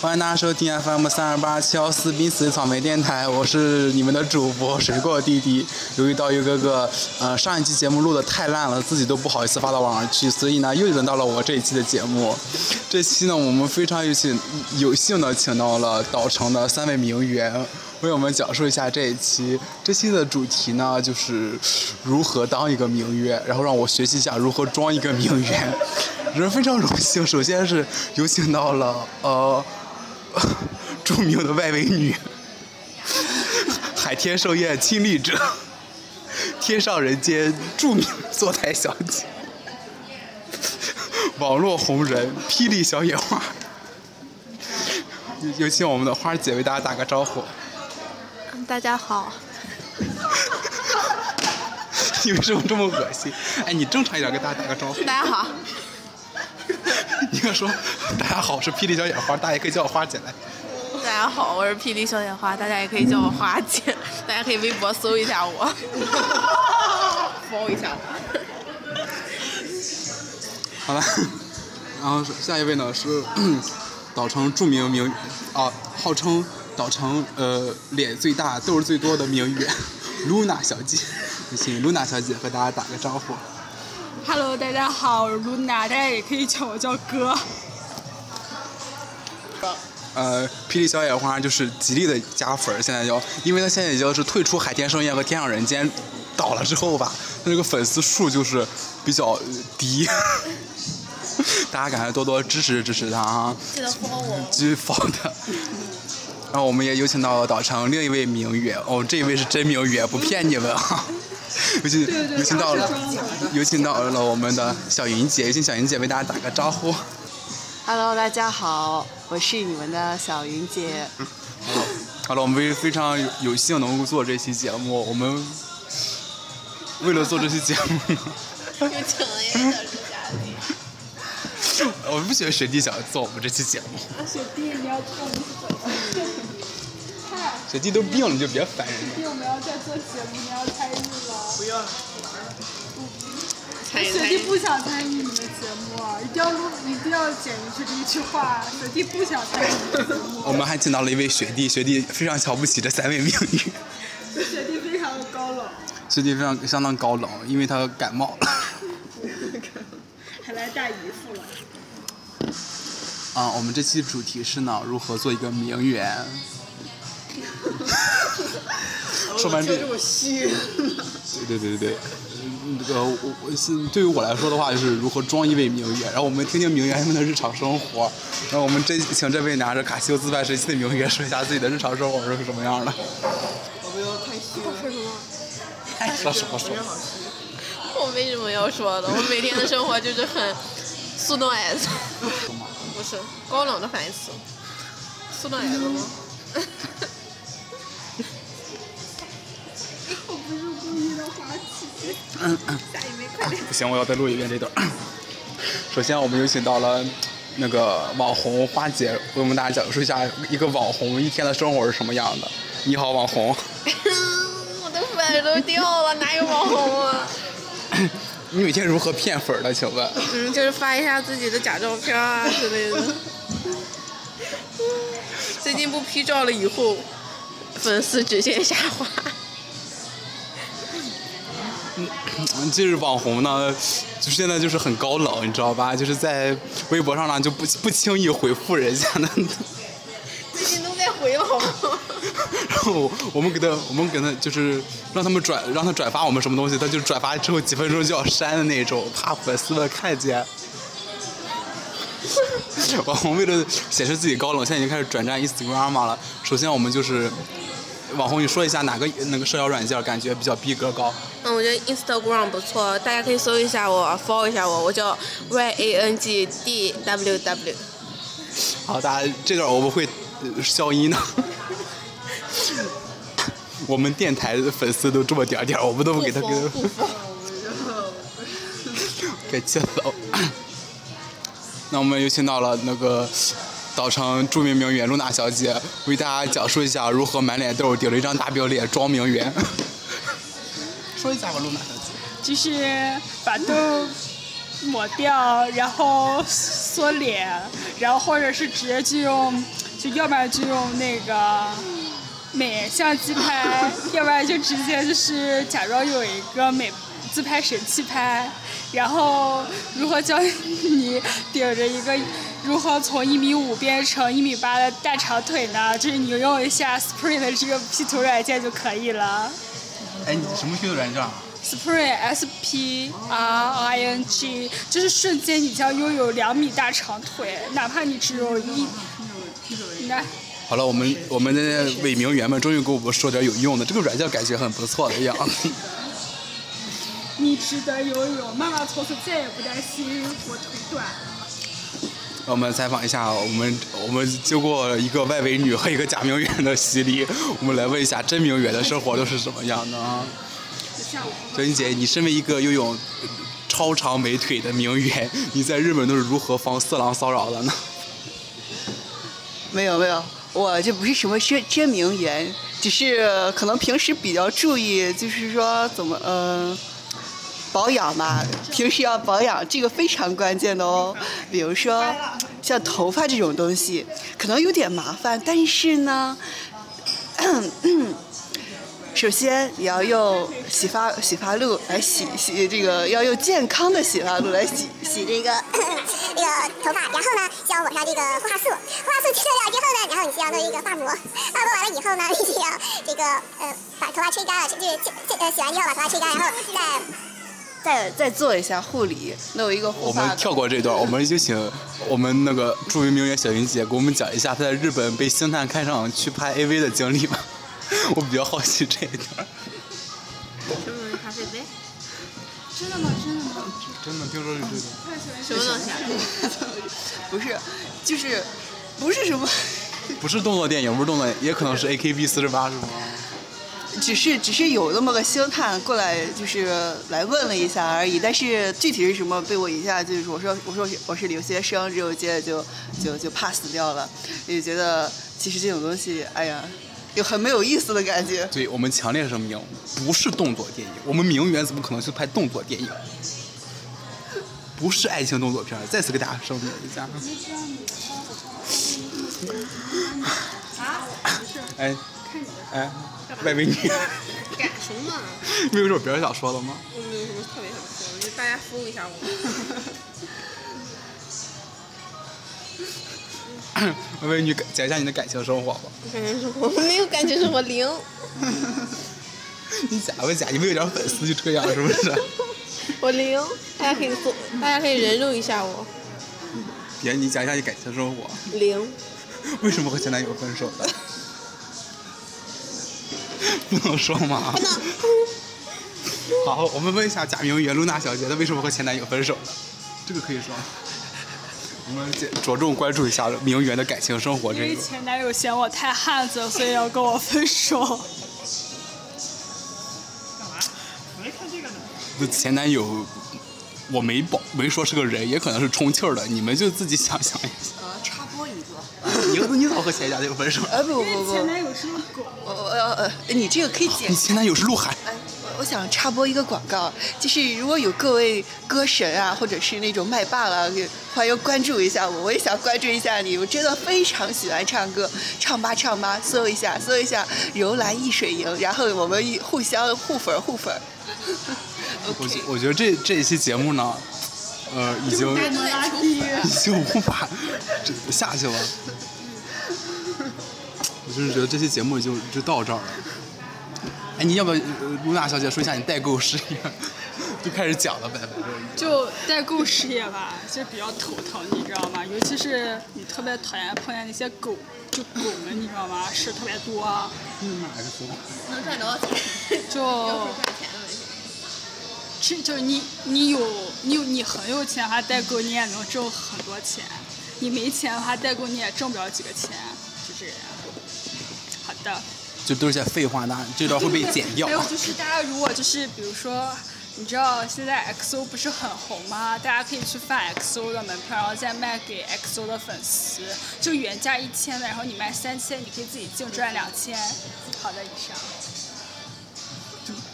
欢迎大家收听 FM 三二八七幺四濒死草莓电台，我是你们的主播水果弟弟。由于刀鱼哥哥，呃，上一期节目录的太烂了，自己都不好意思发到网上去，所以呢，又轮到了我这一期的节目。这期呢，我们非常有幸有幸的请到了岛城的三位名媛，为我们讲述一下这一期。这期的主题呢，就是如何当一个名媛，然后让我学习一下如何装一个名媛。 人非常荣幸，首先是有请到了呃 著名的外围女，海天盛宴亲历者，天上人间著名坐台小姐，网络红人霹雳小野花，有有请我们的花姐为大家打个招呼。大家好， 你为什么这么恶心？哎，你正常一点给大家打个招呼。 大家好，你要说大家好，我是霹雳小野花，大家也可以叫我花姐来。大家好，我是霹雳小野花，大家也可以叫我花姐， 大家可以微博搜一下 我，follow 一下我。好了， 然后下一位呢是 岛城著名名啊，号称岛城呃脸最大、痘儿最多的名 媛 Luna 小姐，有请 Luna 小姐和大家打个招呼。 Hello，大家好，我是 Luna，大家也可以叫我叫哥。呃，霹雳小野花就是极力的加粉儿，现在要，因为她现在已经是退出海天盛宴和天上人间倒了之后吧，她这个粉丝数就是比较呃低， 大家赶快多多支持支持她啊！记得 follow 我。继续放的。然后我们也有请到了岛城另一位名媛，哦，这一位是真名媛，不骗你们啊。有请有请到了，有请到了我们的小云姐，有请小云姐为大家打个招呼。 Hello，大家好，我是你们的小云姐。好了，我们非非常有有幸能够做这期节目，我们为了做这期节目 呢，又请了一个小时嘉宾。我不觉得学弟想做我们这期节目，雪弟，你要做你嗨，学弟都病了，你就别烦人了。弟，我们要再做节目，你要参与了。参与雪参弟与。不想参与你们的节目啊，一定要录，一定要剪进去这一句话。雪弟不想参与你们的节 目，我们还请到了一位学弟，学弟非常瞧不起这三位名媛。雪弟非常的高冷，最近非常相当高冷，因为他感冒了。还来大姨夫了。啊，我们这期主题是呢，如何做一个名 媛。说完这，我虚。对对对对对，嗯这个我我是对于我来说的话，就是如何装一位名媛，然后我们听听名媛们的日常生活。然后我们这请这位拿着卡西欧自拍神器的名媛说一下自己的日常生活是什么样的。我不要太虚了。爱哎说什么说。我为什么要说呢？我每天的生活就是很速冻矮 子，不是高冷的反义词，速冻矮子吗？我不是故意的，花痴。不行，我要再录一遍这段。 首先，我们有请到了那个网红花姐，为我们大家讲述一下一个网红一天的生活是什么样的。你好，网红。 我的粉都掉了，哪有网红啊？你每天如何骗粉儿的？请问？嗯，就是发一下自己的假照片 啊之类的。最近不 P 照了以后，粉丝直线下滑。嗯这是网红呢，就现在就是很高冷，你知道吧？就是在微博上呢，就不不轻易回复人家的。最近都在回了，好吗？然后我我们给他，我们给他就是让他们转，让他转发我们什么东西，他就转发之后几分钟就要删的那种，怕粉丝们看见。 网红为了显示自己高冷，现在已经开始转战 Instagram 了。首先我们就是网红，你说一下哪个那个社交软件感觉比较逼格高？嗯，我觉得 Instagram 不错，大家可以搜一下我，follow 一下我，我叫 Y A N G D W W。好，大家这段我们会呃消音的。 我们电台的粉丝都这么点儿点儿，我们都不给他给他 给气死我。 那我们有请到了那个岛城著名名媛露娜小姐，为大家讲述一下如何满脸痘顶着一张大表脸装名媛。 说一下吧，露娜小姐。就是把痘抹掉，然后缩脸，然后或者是直接就用就要不然就用那个美相机拍，要不然就直接就是假装有一个美自拍神器拍，然后如何教你顶着一个。如何从一米五变成一米八的大长腿呢？就是你用一下 Spring 的这个 P 图软件就可以了。哎，你什么 Q 的软件啊？ Spring S P R I N G，就是瞬间你将拥有两米大长腿，哪怕你只有一，那好了，我们我们的伪名媛们终于给我们说点有用的，这个软件感觉很不错的样 子。你值得拥有。妈妈从此再也不担心我腿短。我们采访一下，我们我们经过一个外围女和一个假名媛的洗礼，我们来问一下真名媛的生活都是什么样的啊？就像我小英姐，你身为一个拥有超长美腿的名媛，你在日本都是如何防色狼骚扰的呢？没有没有，我这不是什么真真名媛，只是可能平时比较注意，就是说怎么呃保养吧，平时要保养，这个非常关键的哦。比如说像头发这种东西，可能有点麻烦，但是呢。 首先，你要用洗发洗发露来洗洗这个，要用健康的洗发露来洗洗这个 这个头发，然后呢，需要抹上这个护发素，护发素去掉之后呢，然后你需要弄一个发膜，发膜完了以后呢，你需要这个呃把头发吹干了，吹这这呃洗完之后把头发吹干，然后再再再做一下护理，弄一个护我发们的。跳过这段，我们就请 我们那个著名名媛小云姐给我们讲一下她在日本被星探看上去拍 AV 的经历吧。 我比较好奇这一段。什么嗯咖啡杯？真的吗？真的吗？真的，听说是这个。什么东西啊？ 不是，就是不是什么， 不是动作电影，不是动作，也可能是 AKB 四十八是吗？只是只是有那么个星探过来，就是来问了一下而已。但是具体是什么，被我一下就是我说我说我是留学生，之后接着就就就 pass 掉了，也觉得其实这种东西，哎呀，有很没有意思的感觉。对，我们强烈声明，不是动作电影，我们名媛怎么可能去拍动作电影？不是爱情动作片儿，再次给大家声明一下。哎，哎，外围女，干什么啊？你有什么别的想说的吗？我没有什么嗯特别想说的，就大家服务一下我。外围女，讲一下你的感情生活吧。感情 生活嗯没有感情生活零。你假不假？你们有点粉丝就这样是不是？我零，大家可以做，大家可以人肉一下我。别，你讲一下你感情生活，零， 为什么和前男友分手的？ 不能说吗？不能。好，我们问一下假名媛露娜小姐，她为什么和前男友分手了？这个可以说吗。我们着着重关注一下名媛的感情生活因这为个。前男友嫌我太汉子，所以要跟我分手。就前男友，我没保没说是个人，也可能是充气儿的，你们就自己想象一下。呃，插播一个。你你怎么和前男友分手了？呃不不因为不， 前男友是个狗。我我呃呃，你这个可以哦解你前男友是鹿晗，哎，我我想插播一个广告，就是如果有各位歌神啊，或者是那种麦霸啦、也欢迎关注一下我，我也想关注一下你。我真的非常喜欢唱歌，唱吧唱吧，搜一下搜一下柔兰易水莹，然后我们一互相互粉儿互粉儿。我觉我觉得这这一期节目呢，呃，已经能拉低。已经无法这下去了。我就是觉得这期节目就就到这儿了。哎，你要不要呃露娜小姐说一下你代购事业？就开始讲了呗。就代购事业吧，就比较头疼，你知道吗？尤其是你特别讨厌碰见那些狗，就狗们，你知道吗？事特别多，哪个说？能赚多少钱？就这就是你你有你有你很有钱的话，代购你也能挣很多钱；你没钱的话，代购你也挣不了几个钱，就这样。好的。就都是些废话，那这段会被剪掉还。有就是大家如果就是比如说，你知道现在 XO 不是很红吗？大家可以去贩 XO 的门票，然后再卖给 XO 的粉丝，就原价一千的，然后你卖三千，你可以自己净赚两千。好的，以上。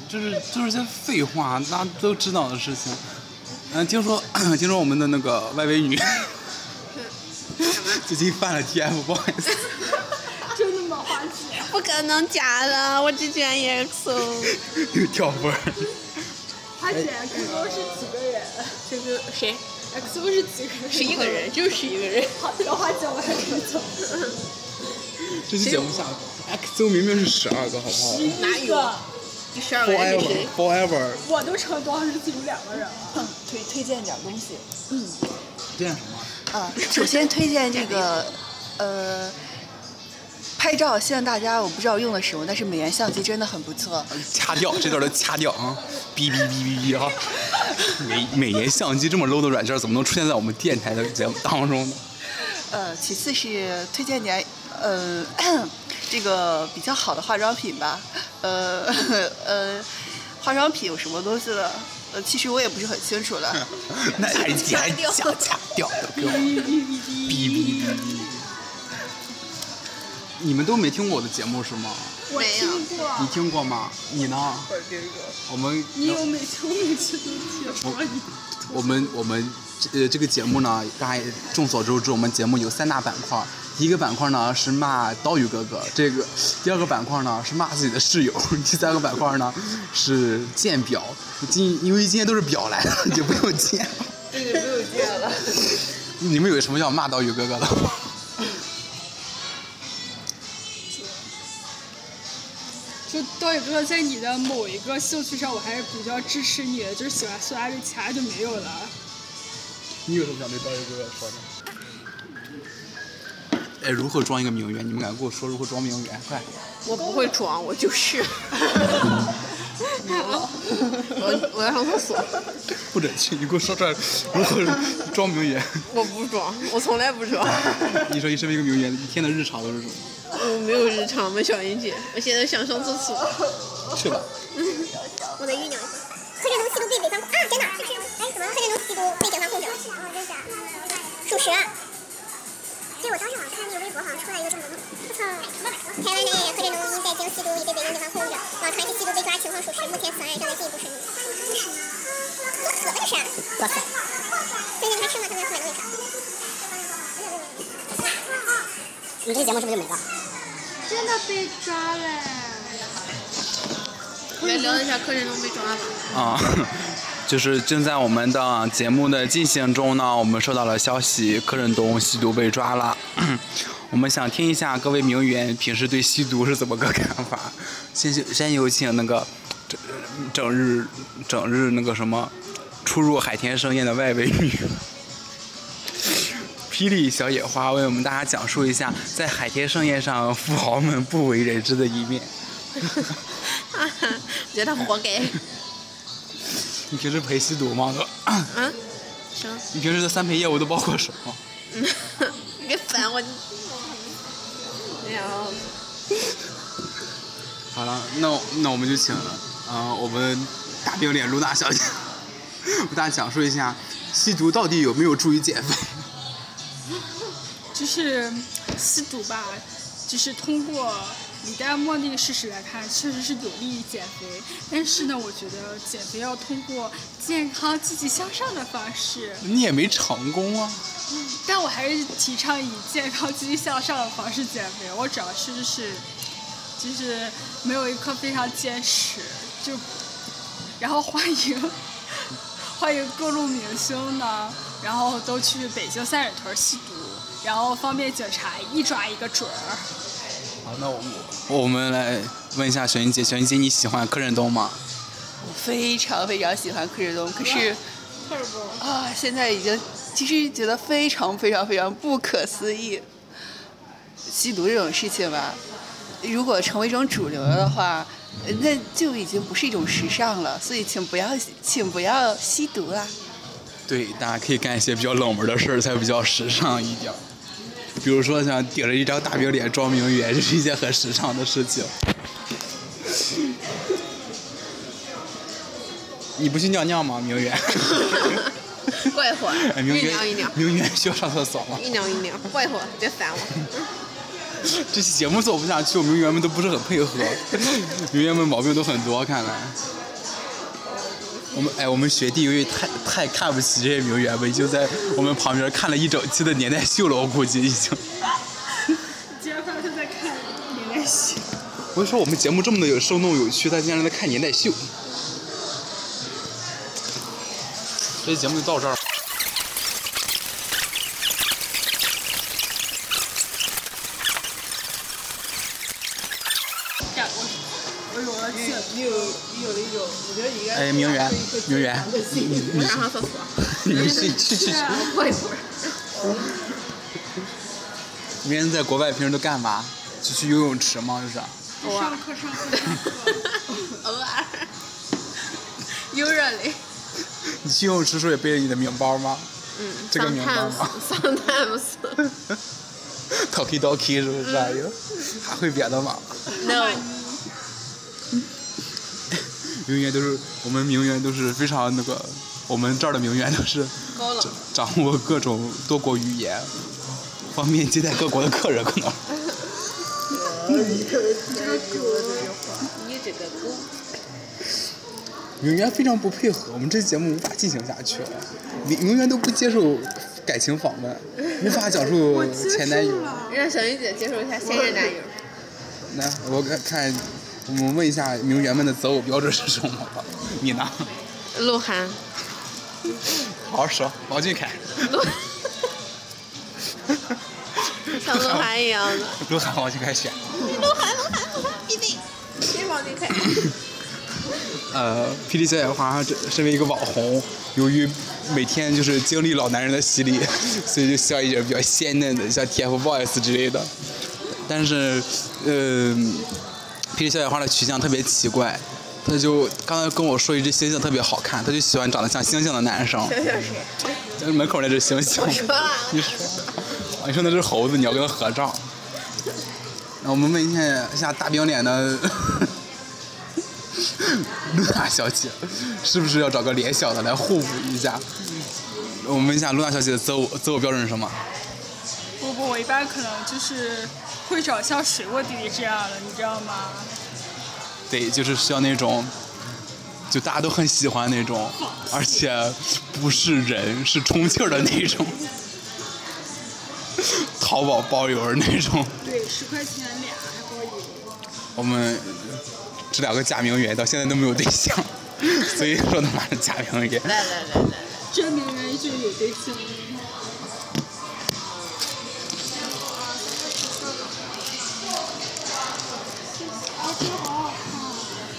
就是就是些废话，大家都知道的事 情。嗯，听说听说我们的那个外围女，干嘛？最近犯了 TF 不好意思。真的吗？花姐，不可能假的，我之前也搜，又掉分儿。花姐，QQ 是几个人就是谁？XO 是几个人？十一个。人，就是十一个人，好，小花姐，我还可以做。这期节目下，XO 明明是十二个，好不好哪有第十二个人是谁？ ？Forever，Forever，我都成多少日子有两个人了？推推荐点东西。这样什么？啊，首先推荐这个，呃，拍照。现在大家我不知道用了什么，但是美颜相机真的很不错。掐掉这段都掐掉啊！哔哔哔哔哔啊！ 美美颜相机这么 low 的软件，怎么能出现在我们电台的节目当中呢？呃，其次是推荐点，呃， 这个比较好的化妆品吧。呃 呃，化妆品有什么东西呢？呃，其实我也不是很清楚 了。那还还掐掐掉的，给我哔哔哔哔哔。你们都没听过我的节目是吗？我没有听你过，听过吗？你呢？我们你有每周每次都听吗？你我们我们呃这个节目呢，大家众所周知，我们节目有三大板块。第一个板块呢是骂刀鱼哥哥，这个；第二个板块呢是骂自己的室友； 第三个板块呢是见表。今因为今天都是表来的，你就不用见。这就没有见了。 你们有什么要骂刀鱼哥哥的？就刀宇哥哥在你的某一个兴趣上，我还是比较支持你的，就是喜欢苏打绿，其他就没有了。你有什么想对刀鱼哥哥说的？哎，如何装一个名媛？你们敢跟我说如何装名媛？快！我不会装，我 就是。我我要上厕所，不准去！你给我说出来如何装名媛？我不装，我从来不装，你说你身为一个名媛，一天的日常都是什么？我没有日常，我们小云姐，我现在想上厕 所。去吧。我得酝酿一下。贺振东吸毒被北方啊，真的？哎，怎么贺振东吸毒被警方控制了？哦，真是啊。属实啊。对，我当时好像看那个微博，好像出来一个这么个，我操！台湾男演员贺振东因在京吸毒已被北京警方控制，网传是吸毒被抓，情况属实，目前此案正在进一步审理。多可那是啊！多可！最近他吃吗？他在后面那个。你这节目是不是就没了？真的被抓了。来聊一下柯震东被抓了。啊、 就是正在我们的节目的进行中呢，我们收到了消息，柯震东吸毒被抓了。 我们想听一下各位名媛平时对吸毒是怎么个看法？先就先有请那个整整日整日那个什么出入海天盛宴的外围女。 霹雳小野花为我们大家讲述一下在海天盛宴上富豪们不为人知的一面。啊，我觉得他活该。你平时陪吸毒吗？嗯，行，你平时的三陪业务都包括什么？你别烦我。没有，好了，那我那我们就请，呃，我们大饼脸露娜小姐，为大家讲述一下吸毒到底有没有助于减肥？就是吸毒吧，就是通过李代沫那个事实来看，确实是有利于减肥。但是呢，我觉得减肥要通过健康、积极向上的方式。你也没成功啊！但我还是提倡以健康、积极向上的方式减肥。我主要是就是就是没有一颗非常坚持，就然后欢迎 欢迎各路明星呢，然后都去北京三里屯吸毒，然后方便警察一抓一个准儿。好，那我们我们来问一下璇姐，璇姐你喜欢柯震东吗？我非常非常喜欢柯震东，可是啊，现在已经其实觉得非常非常非常不可思议。吸毒这种事情吧，如果成为一种主流的话，呃那就已经不是一种时尚了。所以，请不要，请不要吸毒啊！对，大家可以干一些比较冷门的事儿，才比较时尚一点儿。比如说像顶着一张大饼脸装名媛，这是一件很时尚的事情。你不去尿尿吗，名媛？过一会儿，哎，酝名酿酝媛酿，，名媛需要上厕所吗？酝酿酝酿，过一会儿，别烦我。这期节目做不下去，我们名媛们都不是很配合，名媛们毛病都很多，看来。我们哎，我们学弟由于太太看不起这些名媛们，就在我们旁边看了一整期的年代秀了，我估计已经。竟然发现他在看年代秀，我就说我们节目这么的有生动有趣，他竟然在看年代秀。这期节目就到这儿。干我你你有你有那种，我觉得你应该哎，名媛，名媛，我想上厕所，你们去去去去，过一会儿。名人在国外平时都干嘛？就去游泳池吗？就是。偶尔上课上课，偶尔。Usually，你去游泳池时候也背着你的名包吗嗯这个明 白吗 ，sometimes，sometimes，no， ？Talkie Talkie 是不嗯是？哎呦，还会别的吗？名媛都是我们名媛都是非常那个，我们这儿的名媛都是高冷，掌握各种多国语言，方便接待各国的客人，可能。你这个狗，名媛非常不配合，我们这节目无法进行下去了。名名媛都不接受感情访问，无法讲 述前男友。让小云姐接受一下现任男友。来，我看看，我们问一下名媛们的择偶标准是什么吧？你呢？鹿晗，好好说，王俊凯。像鹿晗一样的。鹿晗，王俊凯选。鹿晗，鹿晗，鹿晗，必备。谁王俊凯？呃，霹雳小野花这身为一个网红，由于每天就是经历老男人的洗礼， 所以就需要一点比较鲜嫩的，像 TFBOYS 之类的。但是，呃，霹雳小野花的取向特别奇怪，他就刚才跟我说一只猩猩特别好看，他就喜欢长得像猩猩的男生，想想谁？就是门口那只猩猩。说了，你说，啊你说那只猴子，你要跟他合照。那我们问一下一下大饼脸的 露娜小姐，是不是要找个脸小的来互补一下？我们问一下露娜小姐的择偶择偶标准是什么？不不，我一般可能就是会找像水果弟弟这样的，你知道吗？对，就是需要那种，就大家都很喜欢那种，而且不是人，是充气儿的那种， 淘宝包邮儿那种。对，十块钱俩还包邮。我们这两个假名媛到现在都没有对象，所以说他妈是假名媛。来来来来，真名人就有对象。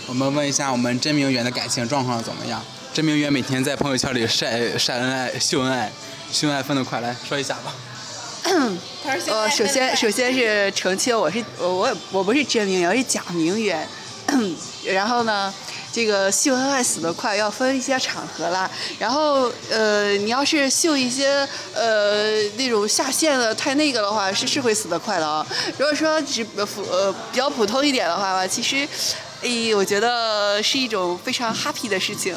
我们问一下我们真名媛的感情状况怎么样？真名媛每天在朋友圈里晒晒恩爱、秀恩爱、秀恩爱分得快，来说一下吧。他说呃，首先首先是澄清，我是我我我不是真名媛，我是假名媛。 然后呢，这个秀恩爱死得快，要分一些场合啦。然后呃，你要是秀一些呃那种下线的太那个的话，是是会死得快的啊、如果说只呃普呃比较普通一点的话吧，其实。哎，我觉得是一种非常 happy 的事情。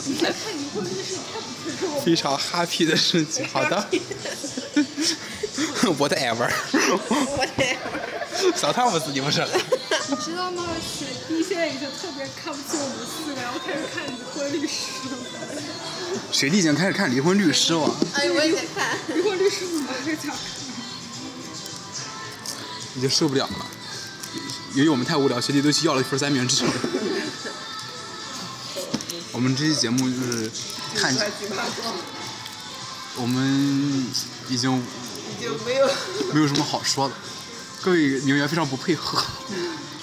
非常 happy 的事情。好的 ，whatever。小汤姆自己不是？你知道吗？雪碧现在已经特别看不起我们四个，然后开始看离婚律师了。雪莉已经开始看离婚律师了。哎，我也在 看。离婚律师怎么会讲？已经受不了了。由于我们太无聊，学弟都去要了一份三明治。我们这期节目就是看，我们已经已经没有没有什么好说的。各位名媛非常不配合。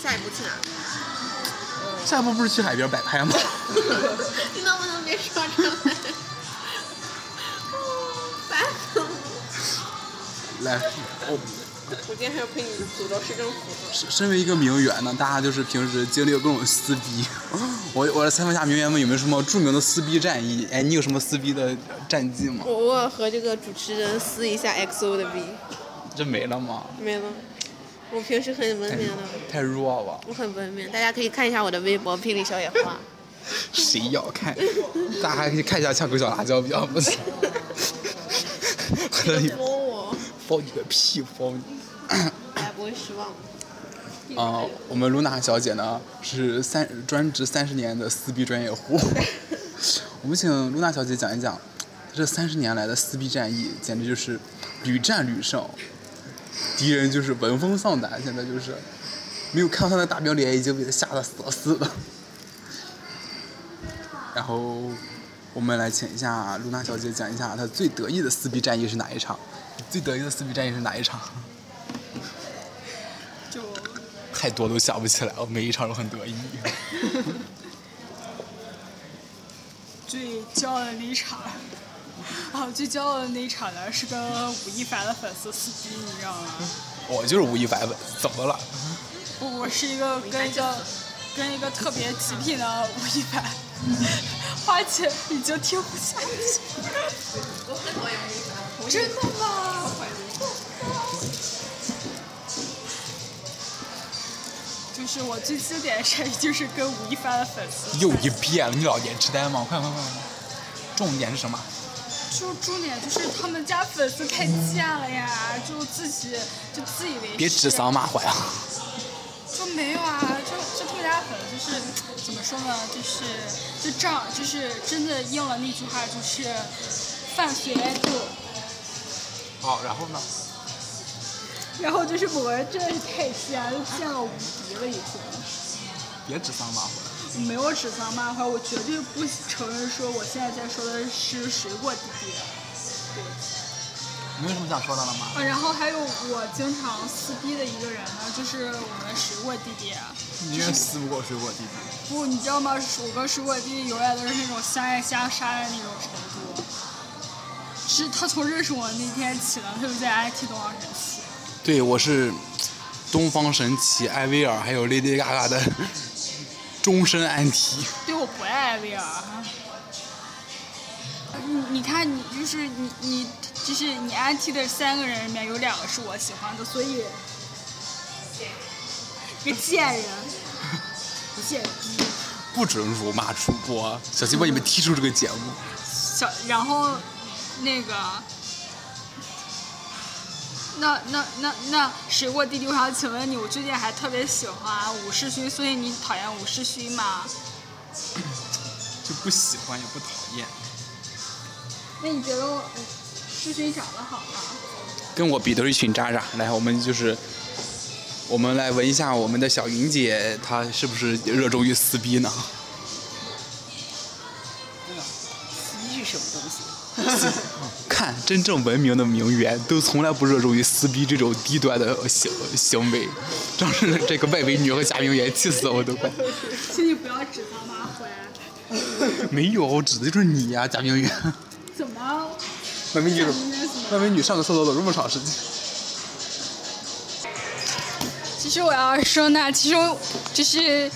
下一步去哪？下一步不是去海边摆拍吗？你能不能别说出来？ 烦死了！来，我我今天还要陪你走到市政府。身身为一个名媛呢，大家就是平时经历各种撕逼。我我来采访一下名媛们有没有什么著名的撕逼战役？哎，你有什么撕逼的战绩吗我？偶尔和这个主持人撕一下 XO 的逼，这没了吗？没了。我平时很文明的，太弱了，我很文明，大家可以看一下我的微博“霹雳小野花谁要看？大家还可以看一下《呛口小辣椒》比较不错。 还”。在里面我，包你个屁包你！大家不会失望。啊、我们露娜小姐呢是三专职三十年的撕逼专业户， 我们请露娜小姐讲一讲这三十年来的撕逼战役，简直就是屡战屡胜，敌人就是闻风丧胆，现在就是没有看到他的大标脸，已经被他吓得死了死了。然后我们来请一下露娜小姐讲一下她最得意的撕逼战役是哪一场？最得意的撕逼战役是哪一场？ 就太多都想不起来，我每一场都很得意。最骄傲的那一场。啊，最骄傲的那一场呢，是跟吴亦凡的粉丝撕逼，你知道吗？我就是吴亦凡，怎么了？我我是一个跟一个跟一个特别极品的吴亦凡，花姐已经听不下去。我真的吗？就是我最经典的事，就是跟吴亦凡的粉丝又一遍了，你老年痴呆吗？快快快！重点是什么？就重点就是他们家粉丝太贱了呀，就自己就自以为是别指桑骂槐啊！就没有啊，就就他们家粉丝就是怎么说呢，就是就仗就是真的应了那句话，就是饭随便度。好，然后呢？然后就是某人真的是太贱，就贱到无敌了已经。别指桑骂槐。啊没有指桑骂槐，我绝对不承认说我现在在说的是水果弟弟。你有什么想说的了吗？啊，然后还有我经常撕逼的一个人呢，就是我们的水果弟啊弟。你也撕不过水果弟弟。不，你知道吗？我跟水果弟弟永远都是那种相爱相杀的那种程度。是他从认识我那天起呢，他就在爱踢东方神起。对，我是东方神起、艾薇儿还有 Lady Gaga 的终身安提。对，我不爱艾薇儿。你你看，你就是你你就是你安踢的三个人里面有两个是我喜欢的，所以个贱人，贱逼。不准辱骂主播，啊小心把你们踢出这个节目。小，然后那个，那那那那水果弟弟，我想请问你，我最近还特别喜欢武士勋，所以你讨厌武士勋吗？就不喜欢也不讨厌，那你觉得我世勋长得好吗？ 跟我比都是一群渣渣。来，我们就是，我们来闻一下我们的小云姐，她是不是热衷于撕逼呢？一是什么东西？看，真正文明的名媛都从来不热衷于撕逼这种低端的行行为，让是这个外围女和假名媛气死我都快。请你不要指桑骂槐。没有，我指的就是你呀、假名媛。怎么？外围女假名媛怎么，外围女上个厕所走这么长时间。其实我要说呢，其实我就是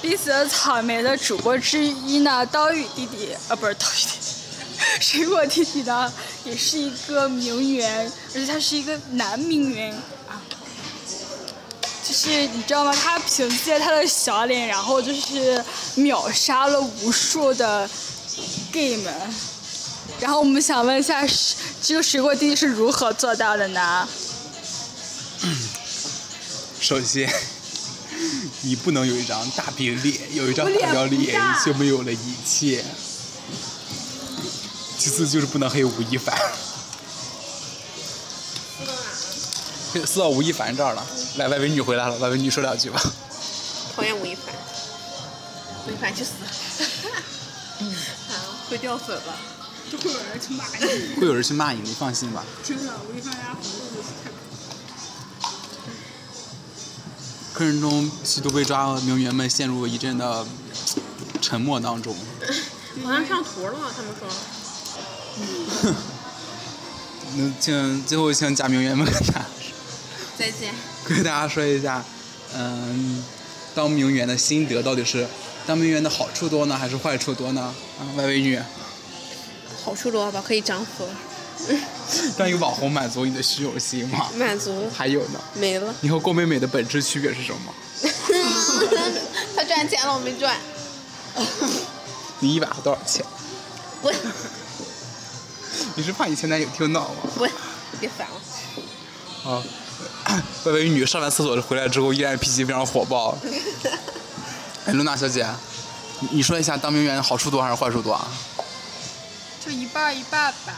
逼死了草莓的主播之一呢，刀鱼弟弟啊，不是刀鱼弟弟， 水果弟弟呢，也是一个名媛，而且他是一个男名媛啊。就是你知道吗？他凭借他的小脸，然后就是秒杀了无数的 gay 们。然后我们想问一下，是这个水果弟弟是如何做到的呢？首先， 你不能有一张大饼脸，有一张我脸大表不脸大就没有了一切。其次就是不能黑吴亦凡。 撕到吴亦凡这儿了，来，外围女回来了，外围女说两句吧。讨厌吴亦 凡，吴亦凡去死！啊，会掉粉吧？就会有人去骂你。会有人去骂你，你放心吧。真的，吴亦凡家粉丝就是太可客人中吸毒被抓，名媛们陷入一阵的沉默当中。好像上图了，他们说。那请最后请假名媛们跟大家再见。跟大家说一下，嗯，当名媛的心得到底是当名媛的好处多呢，还是坏处多呢？啊，外围女，好处多吧，可以涨粉，让一个网红满足你的虚荣心吗？满足还有呢，没了。你和郭美美的本质区别是什么？ 他赚钱了，我没赚。你一百多少钱？滚 你是怕你前男友听到吗？滚，别烦我。啊， 外围女上完厕所回来之后，依然脾气非常火 爆。哎，露娜小姐，你你说一下当名媛好处多还是坏处多啊？就一半儿一半儿吧。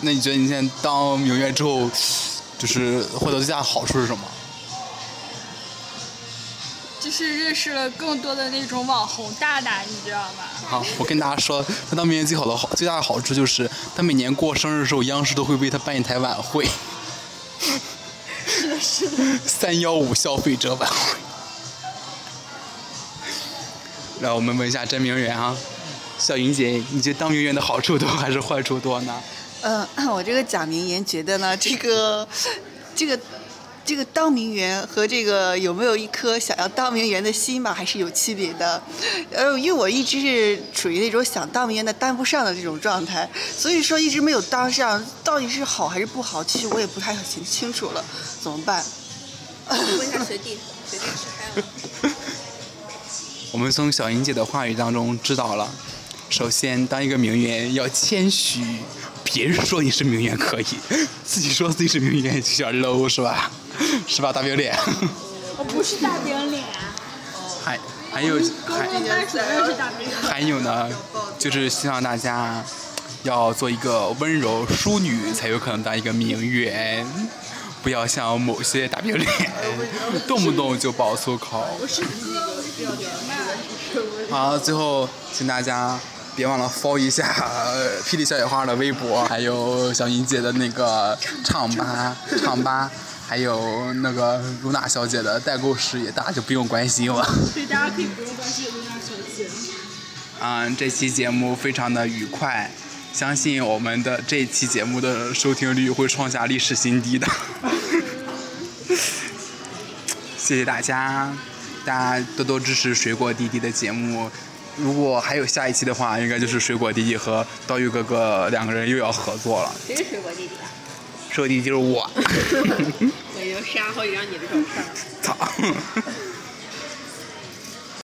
那你觉得你现在当明月之后，就是获得最大的好处是什么？就是认识了更多的那种网红大大，你知道吗？好，我跟大家说，他当明月最好的好最大的好处就是，他每年过生日的时候，央视都会为他办一台晚会。三幺五消费者晚会。来，我们问一下真名媛啊，小云姐，你觉得当名媛的好处多还是坏处多呢？嗯， 我这个假名媛觉得呢，这个， 这个，这个当名媛和这个有没有一颗想要当名媛的心吧，还是有区别的。呃，因为我一直是处于那种想当名媛但当不上的这种状态，所以说一直没有当上，到底是好还是不好，其实我也不太清清楚了，怎么办？问一下学弟，学弟吃开了。我们从小云姐的话语当中知道了，首先当一个名媛要谦虚，别人说你是名媛可以， 自己说自己是名媛有点 low 是吧？ 是吧，大饼脸？我不是大饼脸，啊还还有还跟班主任是大饼脸。还有呢，就是希望大家要做一个温柔淑女，才有可能当一个名媛。不要像某些大饼脸，动不动就爆粗口。好，最后请大家别忘了 follow 一下呃霹雳小野花的微博，还有小云姐的那个唱吧唱吧，还有那个露娜小姐的代购事业，大家就不用关心了。对，大家可以不用关心露娜小姐。 嗯，这期节目非常的愉快，相信我们的这期节目的收听率会创下历史新低的。谢谢大家，大家多多支持水果弟弟的节目。如果还有下一期的话，应该就是水果弟弟和刀鱼哥哥两个人又要合作了。谁是水果弟弟啊？ 水果弟弟就是我，我已经删好几张你的照片了。操！